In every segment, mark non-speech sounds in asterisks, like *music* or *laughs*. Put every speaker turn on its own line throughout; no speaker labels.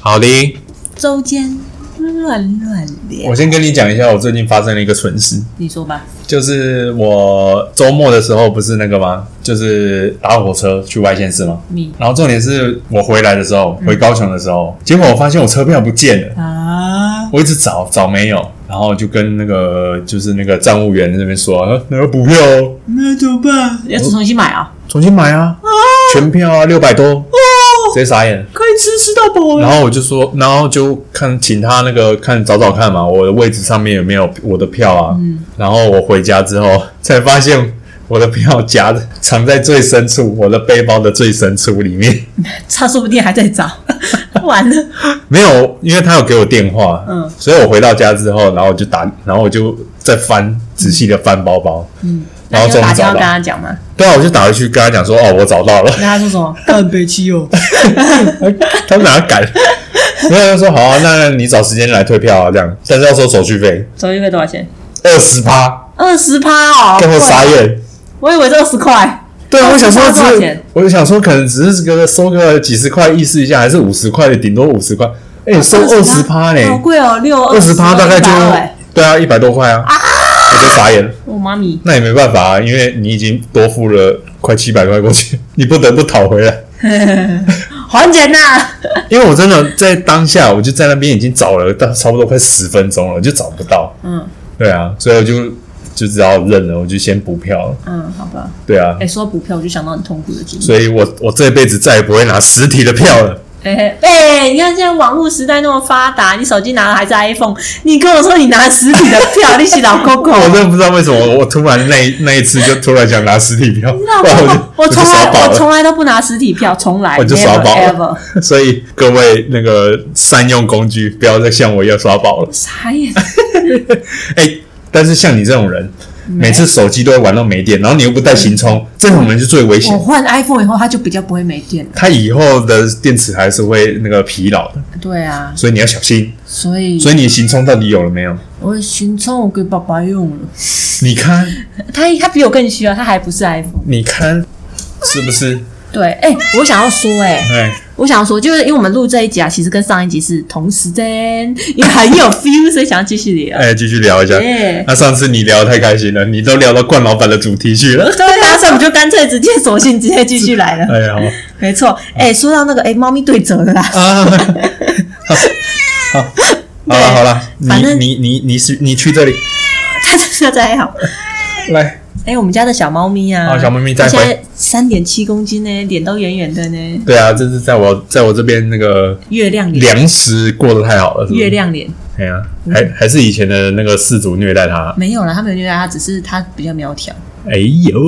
好的，
周间乱乱聊
我，先跟你讲一下，我最近发生了一个蠢事，
你说吧。
就是我周末的时候不是那个吗？就是搭火车去外县市吗？
你
然后重点是我回来的时候，回高雄的时候，结果我发现我车票不见了，
啊，
我一直找找没有，然后就跟那个就是那个站务员那边说，啊那个补票哦，
那怎么办？要重新买啊！
重新买啊，全票啊，六百多，直接傻眼。
可以吃吃到
*laughs*
饱
然后我就说，然后就看请他那个看找找看嘛，我的位置上面有没有我的票啊？
嗯
然后我回家之后才发现我的票夹着藏在最深处，我的背包的最深处里面 *laughs*
他说不定还在找， *laughs* 完了，
没有，因为他有给我电话，
嗯
所以我回到家之后，然后我就打，然后我就再翻仔细的翻包包，嗯，然
那
后
你
终于
有打电
找
话跟
到，
他讲吗？
对啊，我就打回去跟他讲说，哦，我找到
*laughs*
了，
那他说什么？干杯七哦，
他哪敢？没有，他说好啊，那你找时间来退票啊，这样，但是要收手续费
手续费多少钱？
二十趴。
二十趴哦，
给我傻眼。
我以为是二十块，
对啊，我想说
花多少
只
钱，
我就想说可能只是个收个几十块意思一下，还是五十块的，顶多五十块。哎、收二十趴
好
呢，
贵哦，六
二十趴大概就
100哎
对啊，一百多块啊，我就傻眼了。
我妈咪，
那也没办法啊，因为你已经多付了快七百块过去， *laughs* 你不得不讨回来。
还钱呐！
因为我真的在当下，我就在那边已经找了大差不多快十分钟了，就找不到。
嗯
对啊，所以我就就只好认了，我就先补票了。
嗯，好吧。
对啊
哎、，说到补票，我就想到很痛苦的经历。
所以我我这辈子再也不会拿实体的票了。
哎、 *laughs* 哎、你看现在网络时代那么发达，你手机拿的还是 iPhone，你跟我说你拿实体的票，你洗脑
*laughs*
Coco，
我真的不知道为什么，我我突然那那一次就突然想拿实体票，
你知道
然后
吗我
我就
从来
耍宝
我从
了，
来都不拿实体票，从来
我就耍
never
宝
ever
了。 *laughs* 所以各位那个善用工具，不要再像我一样耍宝了。
傻眼，
*laughs* 哎、但是像你这种人，每次手机都会玩到没电，然后你又不带行充，这种人就最危
我
险。
换 iPhone 以后，它就比较不会没电了。
他以后的电池还是会那个疲劳的，
对啊，
所以你要小心。
所以
所以你行充到底有了没有？
我的寻充我给爸爸用了，
你看，
*laughs* 他他比我更需要，他还不是 iPhone。
你看，是不是？
对，哎、我想要说、哎。
哎，
我想说，就是因为我们录这一集啊，其实跟上一集是同时间，因为很有 feel，所以想要继续
*laughs*
聊。
哎，继续聊一下。
耶
*laughs* 那上次你聊得太开心了，你都聊到冠老板的主题去了。
对啊，所以我们就干脆直接索性直接继续来了。
*laughs* 哎 *laughs* 呀，
没错，哎、说到那个哎，猫、咪对折的啦， *laughs*
啊，好，好了好了，你
反正
你你你是你去这里
它这这还好。
来，
哎、我们家的小猫咪啊，
哦小猫咪
它
再会
现在三点七公斤呢，脸都圆圆的呢，
对啊，这是在我在我这边那个
月亮脸，
粮食过得太好了，是不是
月，亮脸
哎呀，还还是以前的那个氏族虐待他，
没有了，它没有虐待它，只是它比较苗条。
哎呦，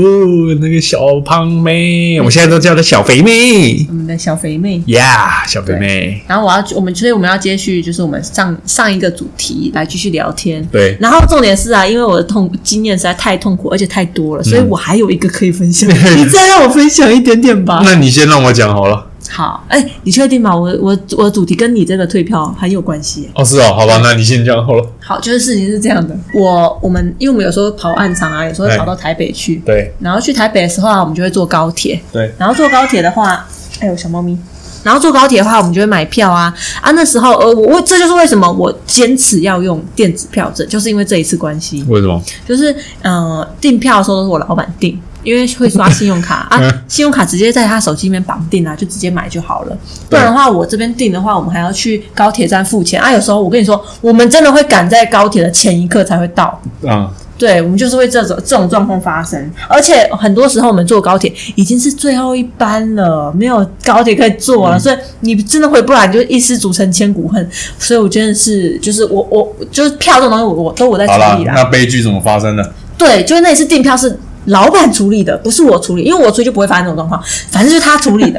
那个小胖妹，我现在都叫她小肥妹
我们的小肥妹。
呀，小肥妹，
然后我要，我们所以我们要接续，就是我们上上一个主题来继续聊天。
对，
然后重点是啊，因为我的痛经验实在太痛苦，而且太多了，所以
嗯
我还有一个可以
*laughs*
分享。你再让我分享一点点吧。
那你先让我讲好了。
好，哎、你确定吗？我我我的主题跟你这个退票很有关系耶。
哦，是哦，好吧，那你先讲好了。
好，就是事情是这样的，我我们因为我们有时候跑暗场啊，有时候会跑到台北去，
对
然后去台北的时候啊，我们就会坐高铁，
对，
然后坐高铁的话，哎呦，小猫咪。然后坐高铁的话，我们就会买票啊啊！那时候，呃，我我这就是为什么我坚持要用电子票证，就是因为这一次关系，
为什么？
就是呃，订票的时候都是我老板订，因为会刷信
*laughs*
用卡啊
嗯，
信用卡直接在他手机里面绑定啊，就直接买就好了。不然的话，我这边订的话，我们还要去高铁站付钱啊。有时候我跟你说，我们真的会赶在高铁的前一刻才会到，
啊，
对，我们就是会这种这种状况发生，而且很多时候我们坐高铁已经是最后一班了，没有高铁可以坐
嗯
了，所以你真的回不来，你就一失足成千古恨。所以我真的是，就是我我就是票这种东西我，我都我在处
好啦
理，啦。
那悲剧怎么发生的？
对，就是那一次订票是老板处理的，不是我处理，因为我出去就不会发生这种状况，反正就是他处理的，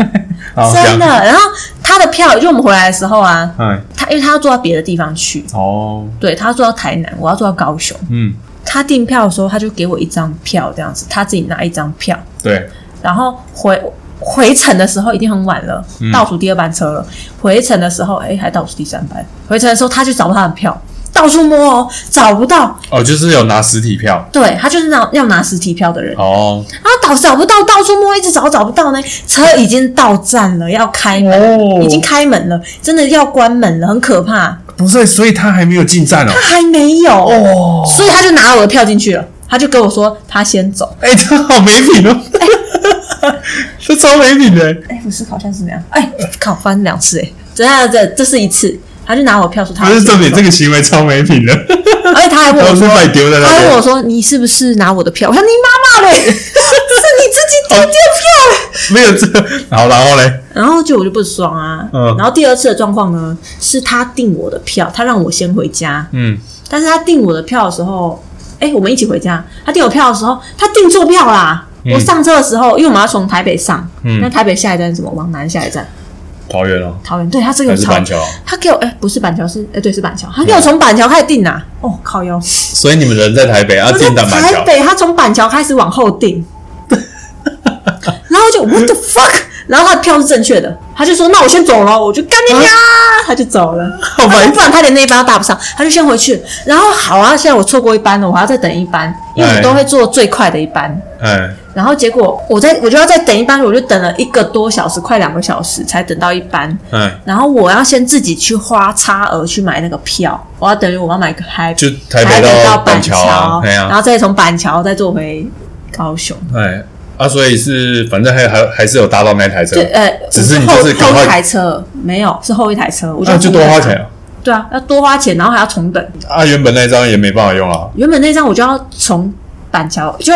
好
*laughs* 真的。，然后他的票，就我们回来的时候啊，
哎，
他因为他要坐到别的地方去，
哦，
对他要坐到台南，我要坐到高雄。
嗯，
他订票的时候，他就给我一张票这样子，他自己拿一张票，
对，
然后回回程的时候已经很晚了，
嗯
倒数第二班车了。回程的时候，哎，还倒数第三班。回程的时候他就找不到他的票，到处摸哦，找不到。
哦，就是有拿实体票
对他就是那种要拿实体票的人，
哦
然后啊找找不到，到处摸，一直找找不到呢。车已经到站了，要开门，
哦，
已经开门了，真的要关门了，很可怕。
不是，所以他还没有进站哦
他。还没有，
哦，
所以他就拿了我的票进去了。他就跟我说他先走。
哎、他好没品
*laughs*
哦，这超没品的。
哎，我思考一下是怎么样。哎，靠，翻两次哎，这下这这是一次。他就拿我票说他
不
先
是
走
重点，这个行为超没品的，
而且他还问
然
我
后
说
是摆丢在
他
那
哎问我
边。
说：“你是不是拿我的票？”我说：“你妈妈嘞， *laughs* 是你自己丢掉票。
没有这，好，然后嘞，”
然后就我就不爽啊。
嗯
然后第二次的状况呢，是他订我的票，他让我先回家。
嗯，
但是他订我的票的时候，哎、我们一起回家。他订我票的时候，他订错票啦。
嗯
我上车的时候，因为我们要从台北上，
嗯
那台北下一站是什么？往南下一站
桃园哦，
桃园。对他这个
还是
超
板，桥哦，
他给我哎、不是板桥，是哎、对是板桥，他给我从板桥开始订啊。哦，靠腰。
所以你们人在台北，啊，
我在
进到板
台
桥，
北，他从板桥开始往后定，然后就 what the fuck，然后他的票是正确的，他就说那我先走了，我就干你娘，他就走了，
啊 *laughs* 好白痴
不然他连那一班都搭不上，他就先回去。然后好啊，现在我错过一班了，我还要再等一班，因为我
哎
都会坐最快的一班。
哎，
然后结果我在我就要再等一班，我就等了一个多小时，快两个小时才等到一班。
哎，
然后我要先自己去花差额去买那个票，我要等于我要买个台
就台北
到
板
桥，
啊，哎
然
呀，
后再从板桥再坐回高雄。
哎，啊，所以是反正还还还是有搭到那台车
对，，呃，
啊只是你
后
就是赶
后
快
一台车没有，是后一台车，我
那就多花钱。啊，
对啊，要多花钱，然后还要重等。
啊，原本那张也没办法用啊， *laughs*
原本那张我就要从板桥就。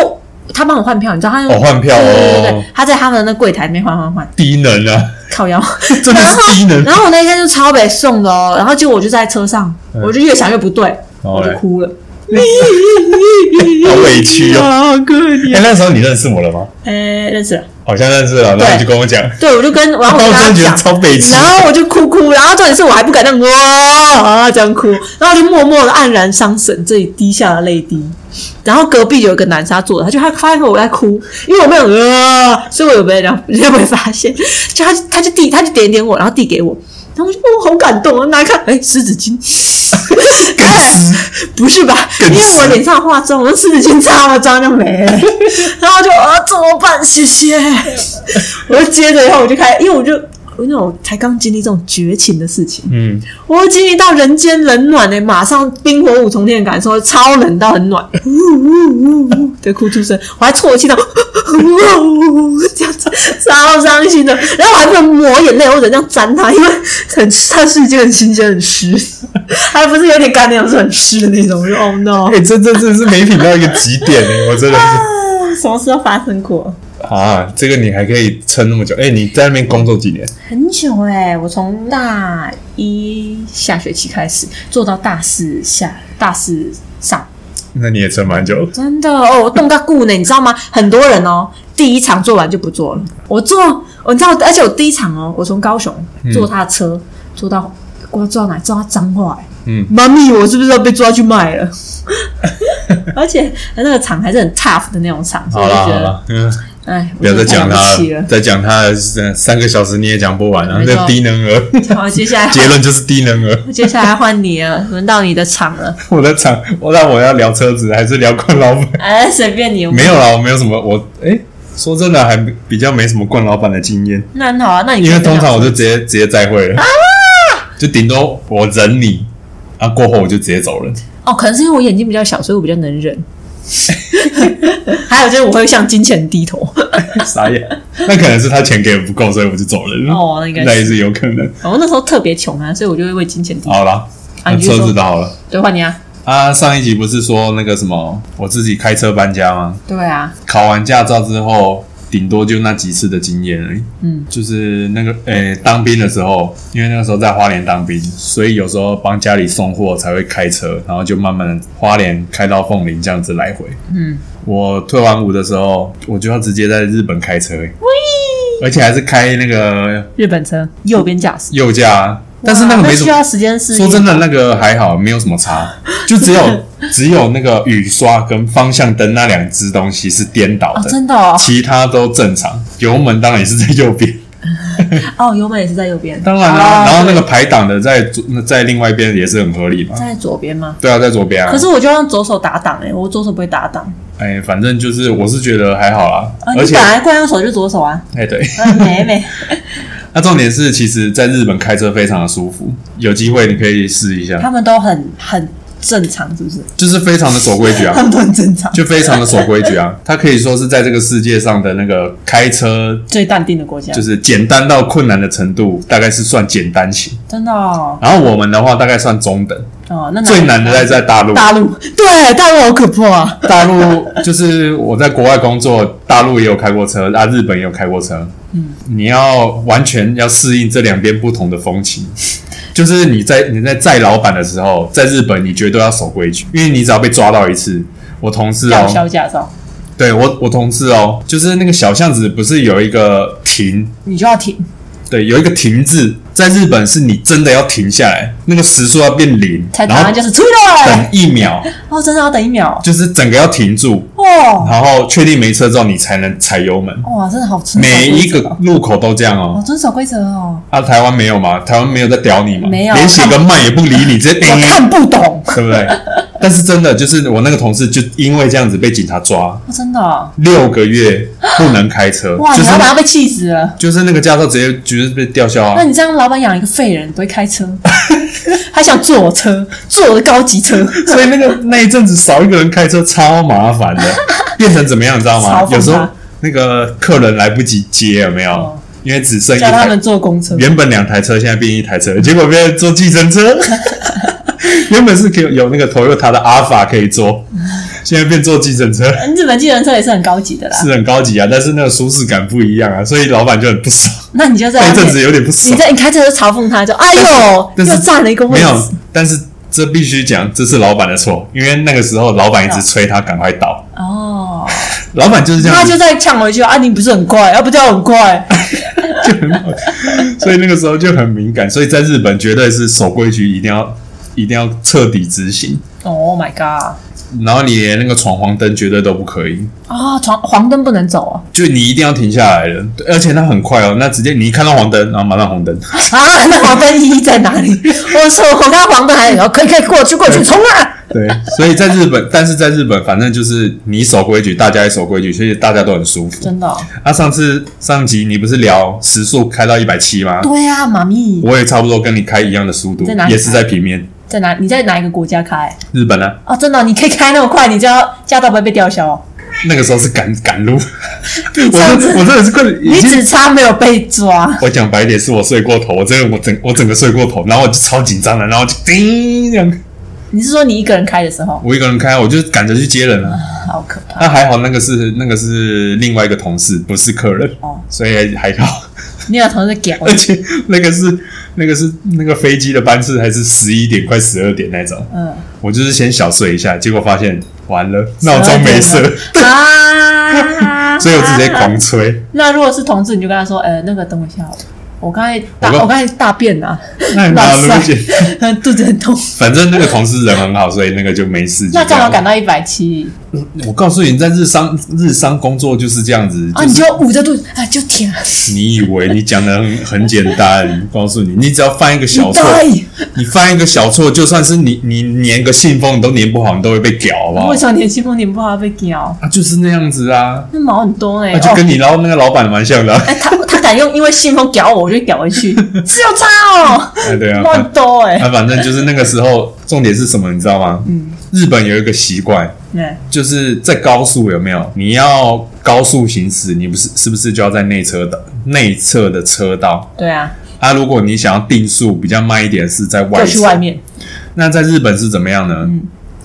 他帮我换票，你知道他用
哦换票哦
对对对对，他在他们的那柜台里面换换换，
低
*laughs*
能啊，
靠腰。
*laughs* 真的是低
*laughs*
能。
然后我那天就超北送的哦，然后结果我就在车上，
嗯
我就越想越不对，
然后
我
嘞
就哭了。
好哦哎委屈
*laughs*
哦。
好可
哎、
怜。
那时候你认识我了吗？
哎，啊认识了。
好像认识了，然后你就跟我讲，
对，我就跟然后我
我
跟
真
他
的觉得
讲，
超北齐
然。后我就哭哭，然后重点是我还不敢那样哇啊这样哭，然后我就默默的黯然伤神，这里滴下了泪滴。然后隔壁有一个男生他坐着，他就他发现我在哭，因为我没有啊，所以我有没有人人家没发现，就他他就递他就点点我，然后递给我。然后我就哦，好感动啊！拿来看，哎，湿纸巾， *laughs* 不是吧？因
更
为我
湿
脸上化妆，我用湿纸巾擦了妆就没 *laughs* 了。然后我就啊，怎么办？谢 *laughs* 谢。我就接着以后我就开，因为我就我那种才刚经历这种绝情的事情，
嗯，
我经历到人间冷暖呢、欸马上冰火五重天的感受，超冷到很暖，呜呜呜呜的哭出声，我还啜泣到，呜呜呜这样子，超伤心的。然后我还不能抹眼泪，我只能这样沾它，因为很它是一件很新鲜、很湿，还不是有点干那种，是很湿的那种。我就 Oh no！
哎、这这真的是没品到一个极点哎、我真的
*laughs*
是
啊什么时候发生过？
啊，这个你还可以撑那么久？哎、你在那边工作几年？
很久哎、我从大一下学期开始做到大四下，大四上。
那你也撑蛮久。
真的哦，我冻到固呢，你知道吗？很多人哦，第一场做完就不做了。我做，我你知道，而且我第一场哦，我从高雄
嗯
坐他的车、坐到，我坐到哪？坐到彰化、欸。
嗯
妈咪，我是不是要被抓去卖了？ *laughs* 而且那个场还是很 tough 的那种场，所以
好
我
啦
就觉
好
得，
啦，嗯，
哎，我
不要再
真的
讲
太
他
了不起了。
再讲他呃三个小时你也讲不完啊
没，错
那低能儿，
好，接下
*laughs*
来
结论就是低能儿。
接下来换你了，轮到你的场了。
*laughs* 我的厂，我那我要聊车子还是聊冠老
*laughs*
板？
哎，随便你。
没有啦，我没有什么，我哎、说真的还比较没什么冠老板的经验。
那很好啊，那你
因为
分享
通常我就直接直接再会
啊
了，就顶多我忍你，啊，过后我就直接
*laughs*
走人。
哦，可能是因为我眼睛比较小，所以我比较能忍。 *laughs* 还有就是我会向金钱低头。 *laughs*
傻眼，那可能是他钱给的不够，所以我就走人了。
哦那应该是
那也是有可能。
我哦那时候特别穷啊，所以我就会为金钱低头。
好啦，
啊
那
你就
车
说
子的好了。
对，换你啊。
啊，上一集不是说那个什么，我自己开车搬家吗？
对啊，
考完驾照之后，顶多就那几次的经验而已。
嗯，
就是那个诶、当兵的时候，因为那个时候在花莲当兵，所以有时候帮家里送货才会开车，然后就慢慢的花莲开到凤林这样子来回。
嗯，
我退完伍的时候，我就要直接在日本开车、欸，而且还是开那个
日本车右边驾驶，
右驾，但是那个
哇
没什
需
么
要。时间适应。
说真的，那个还好，没有什么差，就只
*laughs*
有只有那个雨刷跟方向灯那两只东西是颠倒
哦，
的，
真的哦， *laughs*
其他都正常。油门当然也是在右边，
哦，优美也是在右边，
当然啦、*laughs*
哦
然后那个排档的在左那在另外一边也是很合理嘛。
在左边吗？
对啊，在左边啊
可。是我就用左手打挡哎、欸，我左手不会打挡
哎、反正就是我是觉得还好啦，
啊。
而
你
且
本
哎、
来惯用手就左手啊，
对， *laughs*
啊美美。
那重点是其实在日本开车非常的舒服，有机会你可以试一下，
他们都很很正常，是不是？
就是非常的守规矩啊
*laughs* 他。们都很正常，
就非常的守规矩啊，它可以说是在这个世界上的那个开车，
最淡定的国家，
就是简单到困难的程度，大概是算简单型。
真的哦。
然后我们的话大概算中等，
哦那哪里
最难的在在大陆。
大陆，对大陆好可怕啊！
大陆就是我在国外工作，大陆也有开过车，啊，日本也有开过车。嗯，你要完全要适应这两边不同的风情。就是你在你在载老板的时候，在日本你绝对要守规矩，因为你只要被抓到一次，我同事
吊
哦，
销驾照，
对我我同事哦，就是那个小巷子不是有一个停，
你就要停。
对，有一个停字，在日本是你真的要停下来，那个时速要变零，
才
然后
答案就是出
等
来。
一秒，
哦，真的要等一秒
就是整个要停住，
哦，
然后确定没车之后你才能踩油门。
哇，真的好遵守
每一个
规则哦
路口都这样
哦
哦，
遵守规则哦，
啊，台湾没有吗？台湾没有在屌你吗？
没有啊
连写个慢也不理你，直接
*laughs* 我
叮，
看不懂，
对不对？但是真的就是我那个同事就因为这样子被警察抓，
哦真的哦
六个月不能开车，
哇，
就
你
是
老板要被气死了。
就是那个驾照直接就是被吊销
那
啊。
你这样，老板养一个废人，不会开
*laughs*
车，还想坐我车，坐我的高级车，
所以那个那一阵子少一个人开车超麻烦
*laughs*
的，变成怎么样你知道
嘲
吗
讽？他
有时候那个客人来不及接，有没有？
哦
因为只剩一
叫他
台，
们坐公车。
原本两台车现在变一台
嗯
车，结果变成坐计程车。
*laughs*
原本是可以有那个 Toyota 的 Alpha 可以坐，
嗯
现在变坐计程车，
日本计程车也是很高级的啦。
是很高级啊，但是那个舒适感不一样啊，所以老板就很不爽，
那你就在
那
那
一阵
边
子有点不爽
啊你。在你开车就嘲讽他，就哎呦，
*laughs* 但是
又占了一个位
没
置。
有，但是这必须讲，这是老板的错，因为那个时候老板一直催他赶快倒，
哦，
老板就是这
他
样
就
子，
在呛回去啊！你不是很快，要不叫我
*laughs*
很快？
就很好，所以那个时候就很敏感，所以在日本绝对是守规矩，一定要一定要彻底执行，
Oh my god！
然后你连那个闯黄灯绝对都不可以，
啊、闯黄灯不能
*laughs*
走啊！
就你一定要停下来了，对而且那很快哦，那直接你一看到黄灯，然后马上红
*laughs*
灯，
啊，那黄灯意义在哪里？ *laughs* 我说我看到黄灯还有，可以可以过去过去冲啊！
对，所以在日本，但是在日本反正就是你守规矩，大家也守规矩，所以大家都很舒服。
真的哦、
啊，上次上集你不是聊时速开到一百七吗？
*laughs* 对啊，妈咪
我也差不多跟你开一样的速度
在哪，里
也是在平面。
在哪？你在哪一个国家开？
日本啊，
哦，真的哦、你可以开那么快，你就要驾照不会被吊销哦、
那个时候是赶赶
*laughs*
路，我
这样子
真我真的是快点，
你
已经
只差没有被
*laughs*
抓。
我讲白点，是我睡过头，我真的我整我整个睡过头，然后我就超紧张了，然后就叮这样，
你是说你一个人开的时候？
我一个人开，我就赶着去接人了、啊。
好可怕！
那、还好，那个是那个是另外一个同事，不是客人，
哦
所以还好。 *laughs*
你有同事屌你
而 *laughs* 且那个是那个是那个飞机的班次还是十一点快十二点那种，
嗯，
我就是先小睡一下，结果发现完了闹钟没设，
啊！
*laughs* 所以我直接狂吹。
那如果是同志，你就跟他说，呃，那个等我一下，我刚才大
我刚
我刚才大便啊， *laughs*
那
哇
那
塞
对不起，
*laughs* 肚子很痛。
反正那个同事人很好，所以那个就没事。
那
就这
干嘛
样
赶到一百七
我告诉你，在日商日商工作就是这样子，
啊？
就
你
是
就捂着肚子啊，就舔，
你以为你讲的很很简单，我告诉你，你只要犯一个小错，
对。
你犯一个小错，就算是你你粘个信封你都粘不好，你都会被屌，好不好
为？什么你的气风点不好被屌？
啊，就是那样子啊。
那毛很多呢。
那就
哦
跟你捞那个老板蛮像的、啊。
哎，他他敢用因为信封屌我，我就屌
*laughs*
回去，只有他哦，
哎， *laughs* 对啊，
毛
反
很多哎。
*laughs* 啊，反正就是那个时候，重点是什么，你知道吗？嗯，日本有一个习惯，
对
就是在高速有没有？你要高速行驶，你不是是不是就要在内车的内侧的车道？
对啊，
啊，如果你想要定速比较慢一点，是在外
就
侧
去外。面。
那在日本是怎么样呢？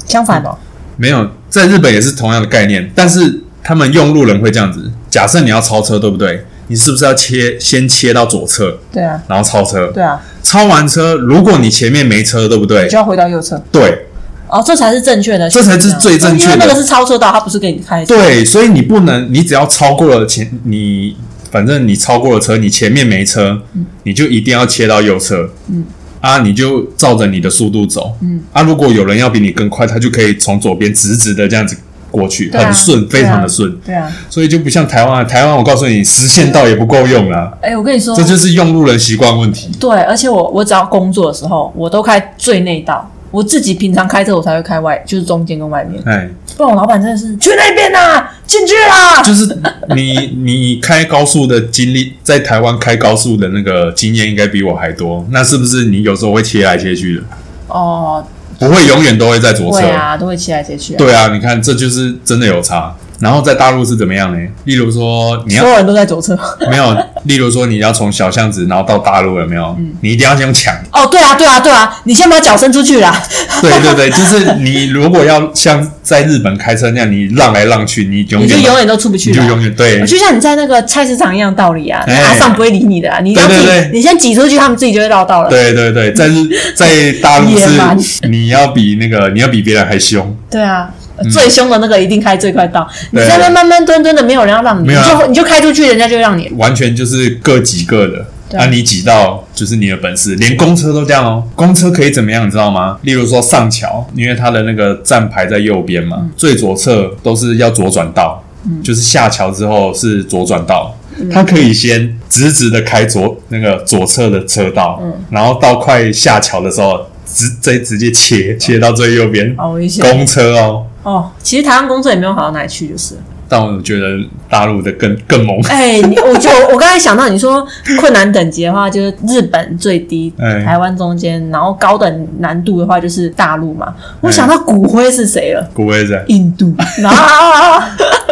相反哦，
没有，在日本也是同样的概念，但是他们用路人会这样子。假设你要超车，对不对？你是不是要切先切到左侧，
对啊，
然后超车？
对啊，
超完车，如果你前面没车，对不对
就？要回到右侧。
对
哦，这才是正确的，
这才是最正确的
因为那个是超车道，他不是给你开。，
对，所以你不能，你只要超过了前，你反正你超过了车，你前面没车，
嗯
你就一定要切到右侧。嗯。啊，你就照着你的速度走。嗯。啊，如果有人要比你更快，他就可以从左边直直的这样子过去，
对啊
很顺，非常
对啊
的顺，
对啊，
所以就不像台湾，台湾我告诉你，实线道也不够用啦，
哎、我跟你说，
这就是用路人习惯问题。
对，而且我我只要工作的时候，我都开最内道。我自己平常开车，我才会开外，就是中间跟外面。
哎，
不然我老板真的是去那边呐、进去啊啦。
就是你 *laughs* 你开高速的经历，在台湾开高速的那个经验应该比我还多，那是不是你有时候会切来切去的？
哦，
不会永远都会在左
会
侧。
啊，都会切来切去、啊。，
对啊，你看这就是真的有差。然后在大陆是怎么样呢？例如说你要
所有人都在左侧。
没有，例如说你要从小巷子然后到大陆有没有？你一定要先抢。
哦，对啊，对啊，对啊，你先把脚伸出去啦。
*laughs* 对对对，就是你如果要像在日本开车那样，你让来让去，你永
你就
远
永远都出不
你
去
就
啦。
永远对
就像你在那个菜市场一样道理啊，那
哎
阿尚不会理你的啊，你要自
对
己，
对对
你先挤出去，他们自己就会绕道了。
对对对，在
*laughs*
日在大陆
野蛮
是你要比那个你要比别人还凶，
对啊，最凶的那个一定开最快道，你
嗯对
在那慢慢蹲蹲的，没有人要让你，
没
你
有啊
就你就开出去，人家就让你。
完全就是各挤各的。
对
啊，你挤到就是你的本事，连公车都这样哦。公车可以怎么样，你知道吗？例如说上桥，因为它的那个站牌在右边嘛，最左侧都是要左转道，就是下桥之后是左转道。它可以先直直的开左那个左侧的车道，然后到快下桥的时候，直直直接切切到最右边，
好危险
公车哦，
哦！其实台湾工作也没有好到哪里去，就是了。
但我觉得大陆的更更猛。 *laughs*
哎、你我就我刚才想到你说困难等级的话，就是日本最低，
哎
台湾中间，然后高等难度的话就是大陆嘛。我
哎
想到骨灰是谁了？
不会在，
印
*laughs*
度，啊然后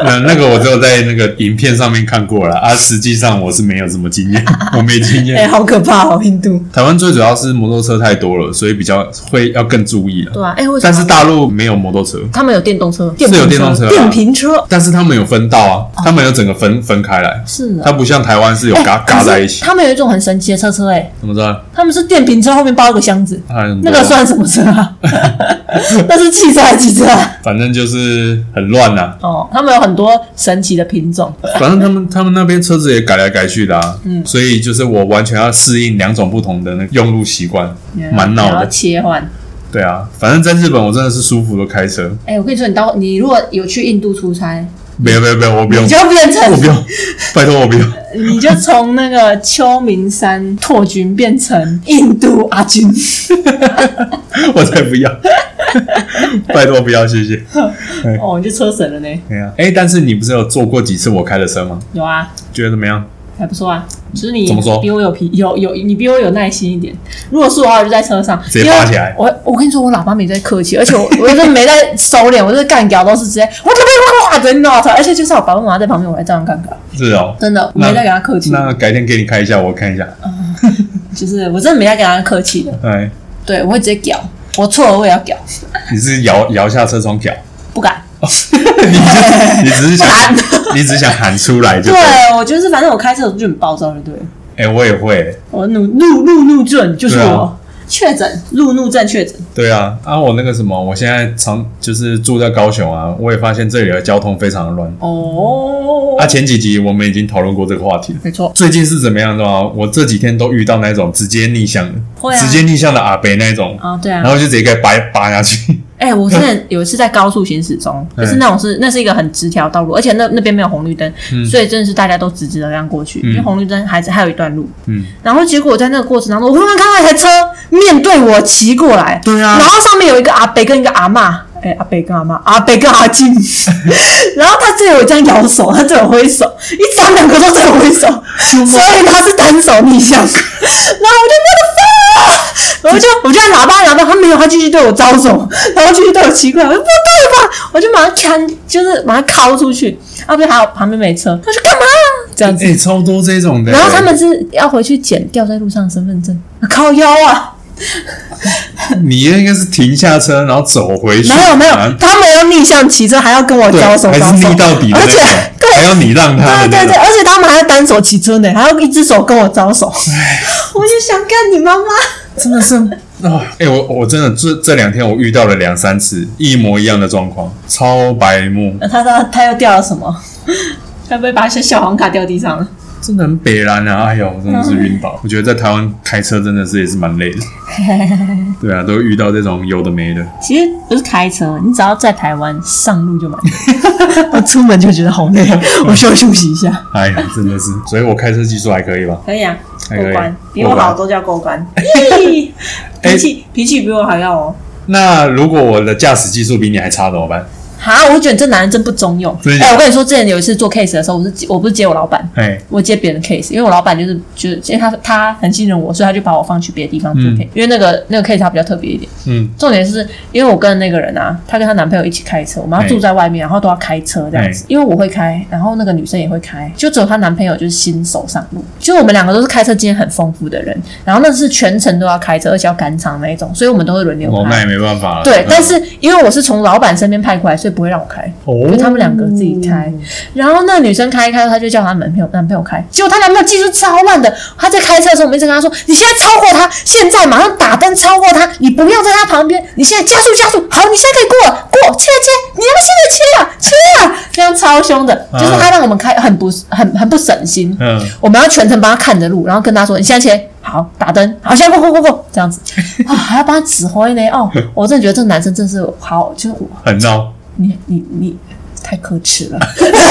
那那个我只有在那个影片上面看过了啊，实际上我是没有什么经验，我没经
哎、
验。
好可怕哦，印度。
台湾最主要是摩托车太多了，所以比较会要更注意了。
对啊，哎、为什么？
但是大陆没有摩托车，
他们有电动车，电
是有
瓶
电动车啊
电瓶车
但是他们有分道啊，他们有整个分分开来，
哦是啊
它。不像台湾是有嘎
哎
嘎在
可
一
是
起。
他们有一种很神奇的车车、哎，
怎么着？
他们是电瓶车后面包一个箱子，
它还有很
那
多
个算什么车啊？ *laughs* 那是汽车还是汽车啊？
反正就是很乱
*laughs*
呐、
哦，他们有很多神奇的品种。
反正他们他们那边车子也改来改去的啊，
嗯
所以就是我完全要适应两种不同的那个用路习惯，蛮
然
闹
后
的。
嗯切换。
对啊，反正在日本我真的是舒服的开车，
哎、我跟你说，你到你如果有去印度出差，
没有没有没有，我不用
你，就变
我不
成
用，拜托我不用，
你就从那个秋名山拓军变成印度阿军，
我才不要， *laughs* 拜托不要，谢谢。
哦，你就车神了呢。
对啊，哎，但是你不是有坐过几次我开的车吗？
有啊，
觉得怎么样？
还不错啊。只是你
怎么说
比我有皮有有，你比我有耐心一点。如果是我的话，我就在车上
直接拔起来
因为我我跟你说，我喇叭没在客气，而且我我真的没在收敛，我这干屌都是直接我可不可以哇真闹他，而且就算我爸爸妈妈在旁边，我还照样干屌，
是哦，
真的我
那
没在给他客气，
那改天给你开一下，我看一下。
就是我真的没在给他客气的。
哎，
对，我会直接屌，我错了我也要屌，
你是摇摇下车窗脚， *laughs*
不敢。
你是你只是想
不
你只是想喊出来就
对
对了。
我就是反正我开车我就很暴躁，就对了。
哎，我也会。
我怒怒怒怒症就是
对啊
我确诊路怒症确诊。
对啊，啊，我那个什么，我现在常就是住在高雄啊，我也发现这里的交通非常的乱。
哦
啊，前几集我们已经讨论过这个话题了。
没错，
最近是怎么样的吗？我这几天都遇到那种直接逆向的，
会啊
直接逆向的阿北那种，
啊，对
然
啊，
后就直接给拔拔下去。
哎、我之前有一次在高速行驶中，
嗯
就是那种是那是一个很直条道路，而且那那边没有红绿灯，
嗯
所以真的是大家都直直的这样过去，因为红绿灯还还有一段路。
嗯，
然后结果我在那个过程当中，我忽然看到一台车面对我骑过来，
对啊
然后上面有一个阿北跟一个阿嬷，哎、阿北跟阿嬷，阿北跟阿
*laughs*
金，然后他对我这样摇手，他对我挥手，一转两个都对我挥手，所以他是单手逆
*laughs*
向，然后我就那个。然后就我就按喇叭，然后他没有，他继续对我招手，然后继续对我奇怪，我说不对吧？我就马上抢，就是马上靠出去。啊，不是还有旁边没车，他说干嘛这样
*laughs*
子
哎、？超多这种的。
然后他们是要回去捡掉在路上的身份证，靠腰啊！
你应该是停下车，然后走回去。
没有没有
然后，
他们要逆向骑车，啊还要跟我
对，
交手
还
交
是
手
逆到底的
而
那
且
种，
对
还要你让他的
对对
那
对，
种。
而且他们还要单手骑车呢，还要一只手跟我招手。 *laughs* 我就想干你妈妈，
真的是啊！哎、我我真的这这两天我遇到了两三次一模一样的状况，超白目。
他他他又掉了什么？该不会把小小黄卡掉地上了？
真的很北蓝啊！哎呀，我真的是晕
嗯
倒。我觉得在台湾开车真的是也是蛮
*laughs*
累的。对啊，都遇到这种有的没的。
其实不是开车，你只要在台湾上路就蛮累。 *laughs* 我出门就觉得好 *laughs* 累，我需要休息一下。
哎呀，真 *laughs* 的是，所以我开车技术还可以吧？
可以啊，
还可以
过关比
过
我
关
好都叫过 *laughs* 关。咦
哎
脾气脾气比我还要哦。
那如果我的驾驶技术比你还差怎么办？
哈，我觉得你这男人真不中用。
真的假
哎、
的
我跟你说，之前有一次做 case 的时候，我是接我不是接我老板，
哎，
我接别人 case，因为我老板就是就是因为他他很信任我，所以他就把我放去别的地方做
嗯
case，、因为那个那个 case 他比较特别一点。
嗯，
重点是因为我跟那个人啊，她跟她男朋友一起开车，我们要住在外面，然后都要开车这样子。因为我会开，然后那个女生也会开，就只有她男朋友就是新手上路。就我们两个都是开车经验很丰富的人，然后那是全程都要开车，而且要赶场那一种，所以我们都会轮流
哦，那
开。
也没办法了。
对
嗯，
但是因为我是从老板身边派过来，所以不会让我开。
哦
就他们两个自己开，然后那女生开一开，她就叫她男朋友男朋友开，结果她男朋友技术超烂的，她在开车的时候，我们一直跟她说，你现在超过她，现在马上打灯超过她，你不要在她旁边，你现在加速加速，好，你现在可以过了，过切切，你要不现在切啊切啊，这样超凶的，就是她让我们开很不很很不省心，
嗯，
我们要全程帮她看着路，然后跟她说，你现在切。好，打灯，好，现在过过过过，这样子啊，还要帮她指挥呢。哦，我真的觉得这个男生真是好，就是我
很闹。
你你你太可
*laughs*
耻了，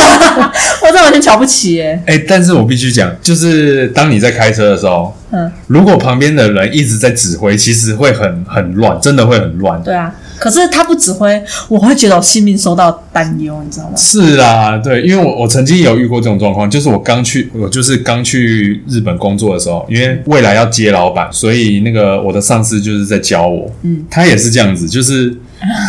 我真的完全瞧不起耶、
哎，但是我必须讲，就是当你在开车的时候，
嗯，
如果旁边的人一直在指挥，其实会很很乱，真的会很乱。
对啊，可是他不指挥，我会觉得我性命受到担忧，你知道吗？
是啦，对，因为我我曾经有遇过这种状况，就是我刚去，我就是刚去日本工作的时候，因为未来要接老板，所以那个我的上司就是在教我，
嗯，
他也是这样子，
*laughs*
就是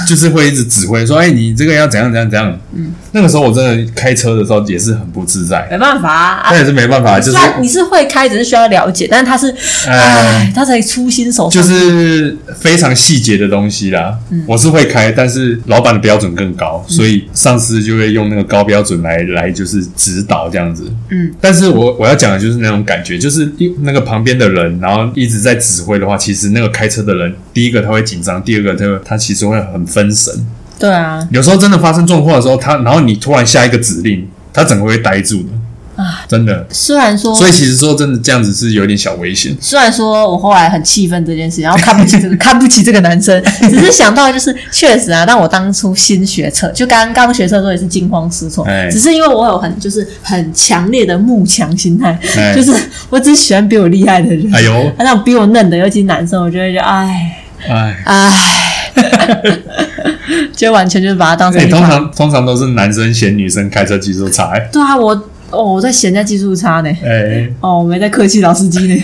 就是会一直指挥说，哎、你这个要怎样怎样怎样，嗯，那个时候我真的开车的时候也是很不自在，
没办法啊，
但也是没办法，就是
虽然你是会开，只是需要了解，但是他是，
哎
哎，他才粗心手上，
就是非常细节的东西啦。
嗯
我是会开，但是老板的标准更高，所以上司就会用那个高标准来来就是指导这样子。
嗯，
但是我我要讲的就是那种感觉，就是一那个旁边的人，然后一直在指挥的话，其实那个开车的人，第一个他会紧张，第二个他会他其实会很分神。
对啊，
有时候真的发生状况的时候，他然后你突然下一个指令，他整个会呆住的
啊，哦
真的。
虽然说。
所以其实说真的，这样子是有点小危险。
虽然说我后来很气愤这件事，然后看不起这个 *laughs* 看不起这个男生，只是想到就是确实啊，但我当初新学车，就刚刚学车的时候也是惊慌失措
哎，
只是因为我有很就是很强烈的慕强心态，
哎
就是我只喜欢比我厉害的人，啊
哎呦，
那种比我嫩的，尤其男生，我就会觉得哎
哎。
哎， *laughs* 就完全就是把他 *laughs* 当成
欸、
一
通
盘。
常通常都是男生嫌女生开车技术差、欸。
对啊，我哦我在嫌人家技术差呢，
哎、
哦我没在客气老司机呢，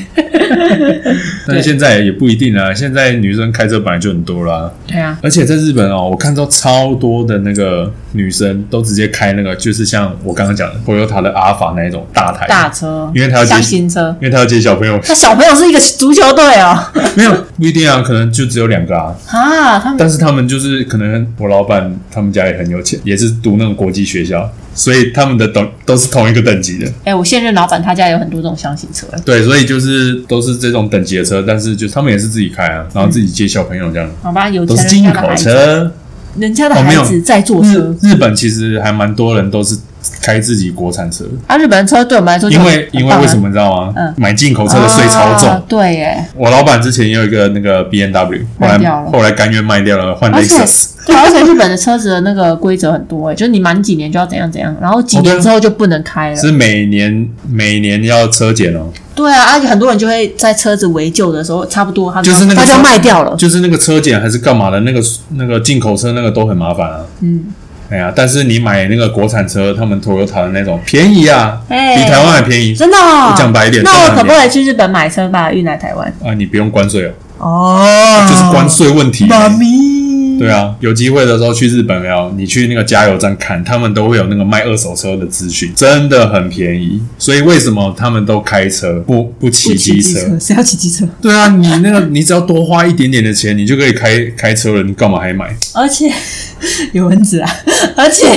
*laughs*
但是现在也不一定啊。现在女生开车本来就很多啦，
对啊，
而且在日本哦，我看到超多的那个女生都直接开那个，就是像我刚刚讲的 Toyota 的阿尔法那一种大台，
大车，
哎因为他要
像
接，
新车。
因为他要接小朋友， *laughs*
那小朋友是一个足球队哦，
没有不一定啊，可能就只有两个啊。
啊，他们
但是他们就是可能我老板他们家也很有钱，也是读那种国际学校，所以他们的等都是同一个等级的。
哎、我现任老板他家有很多这种箱型车，
对，所以就是都是这种等级的车，但是就是他们也是自己开啊，然后自己接小朋友这样，
好吧，有
都
钱
是进
人家的
口
孩子，
车。
人家的
哦没
孩
有嗯
子在坐车，
日日本其实还蛮多人都是开自己国产车，
啊，日本车对我们来说就
因
很棒啊，
为因为为什么你知道吗？
嗯
买进口车的税超重。
啊对耶，
我老板之前也有一个那个 B N W，后
卖
来
掉了哦
后来甘愿卖掉了，换
而且
Lexus。
对，而且日本的车子的那个规则很多哎，就是你满几年就要怎样怎样，然后几
哦对啊
年之后就不能开了。
是每年每年要车检哦，
对啊，而且很多人就会在车子维旧的时候，差不多他
就是那个
他就要
车
卖掉了。
就是那个车检还是干嘛的，那个那个进口车那个都很麻烦啊。
嗯，
哎呀，但是你买那个国产车，他们 Toyota 的那种便宜啊，
哎
比台湾还便宜
真的、哦。
讲白一点
那
讲白一
我可
点
不可以去日本买车把它运来台湾？
啊！你不用关税哦，
哦
就是关税问题。
妈咪。
对啊，有机会的时候去日本哦，你去那个加油站看，他们都会有那个卖二手车的资讯，真的很便宜。所以为什么他们都开车不不骑机车？
谁要骑机车？
对啊，你那个你只要多花一点点的钱，你就可以
*laughs*
开开车了，你干嘛还买？
而且 *laughs* 有蚊子啊！而且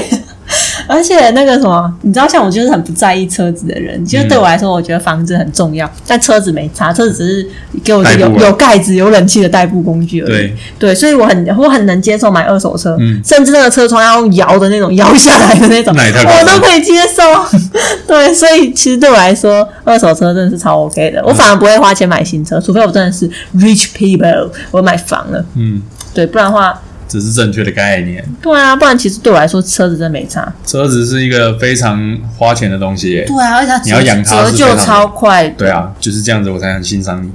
而且那个什么，你知道，像我就是很不在意车子的人，
嗯
就是对我来说，我觉得房子很重要，但车子没差，车子只是给我一个
代步
有
啊
有盖子、有冷气的代步工具而已。
对
对，所以我很我很能接受买二手车，
嗯
甚至那个车窗要用摇的那种摇下来的那种，
那也太夸张
我
了
都可以接受。 *laughs* 对，所以其实对我来说，二手车真的是超 OK
嗯
的。我反而不会花钱买新车，除非我真的是 rich people，我买房了。
嗯，
对，不然的话，
这是正确的概念。
对啊，不然其实对我来说，车子真的没差。
车子是一个非常花钱的东西耶。
对啊，而且它
你要养它
折
是
旧
非常
超快。
对啊，就是这样子，我才很欣赏你。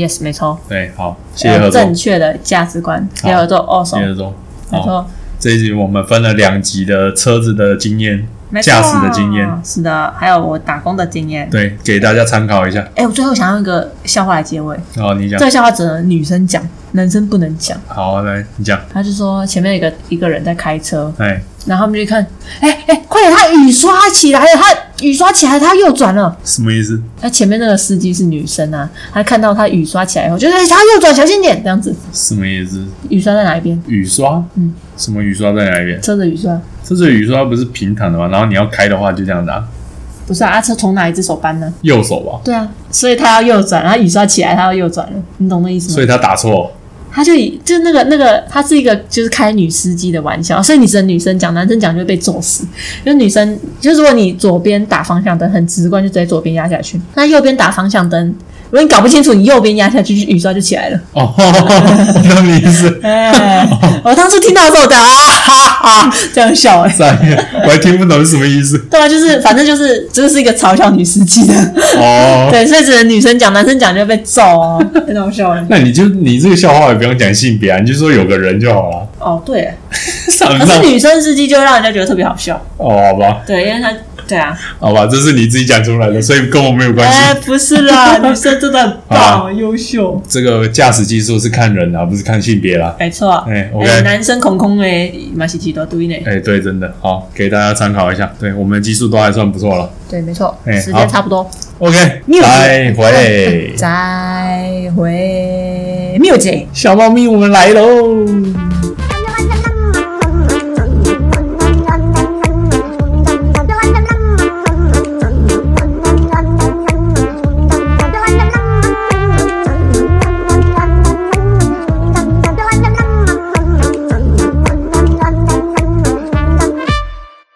，yes，没错，
对，好，谢谢合
呃
作，
正确的价值观，也有做二手
哎谢，谢合作。
没
好，
错，
这一集我们分了两集的车子的经验，
没错啊
驾驶的经验，
是的，还有我打工的经验。
对，给大家参考一下。
哎，我最后想用一个笑话来结尾，
然后你讲
这，个笑话只能女生讲，男生不能讲。
好，来你讲，
他就说前面有一个一个人在开车，
哎，
然后他们就看，哎、哎、快点，他雨刷起来了，他雨刷起来，他右转了。
什么意思？
那前面那个司机是女生啊，她看到他雨刷起来以后，就说、哎他右转，小心点，这样子。
什么意思？
雨刷在哪一边？
雨刷？
嗯，
什么雨刷在哪边？
车的雨刷。
这是雨刷不是平躺的吗？然后你要开的话就这样拿，
不是啊，阿车从哪一只手搬呢？
右手吧。
对啊，所以他要右转，然后雨刷起来，他要右转了，你懂那意思吗？
所以他打错，
他就以就那个那个，他是一个就是开女司机的玩笑，所以你只能女生讲，男生讲就会被揍死。就女生，就如果你左边打方向灯很直观，就直接左边压下去；那右边打方向灯，如果你搞不清楚，你右边压下去，雨刷就起来了。 *laughs*
哦，我懂你意思。
哎，我当初听到的时候，我讲啊哈哈，这样笑哎、
三眼，我还听不懂是什么意思。
对啊，就是反正就是这、就是一个嘲笑女司机的，
哦，
对，所以只能女生讲，男生讲就会被揍哦，太搞笑了。
那你就你这个笑话也不用讲性别啊，你就说有个人就
*laughs*
好了。
哦，对耶，
上
可
上
是女生司机就会让人家觉得特别好笑，
哦，好吧，
对，因为她对啊。
好吧，这是你自己讲出来的，所以跟我没有关系。
哎、不是啦，女生真的很
*laughs* 好啊
棒，优秀，
这个驾驶技术是看人啊，不是看性别啦。
没错。
哎，OK
哎男生孔孔哎，马西奇多对呢。
哎、对，真的好，给大家参考一下。对我们的技术都还算不错了。
对，没错，
哎
时
好
间差不多，
OK，
Music
再会，
哦再会，缪姐。
小猫咪，我们来喽。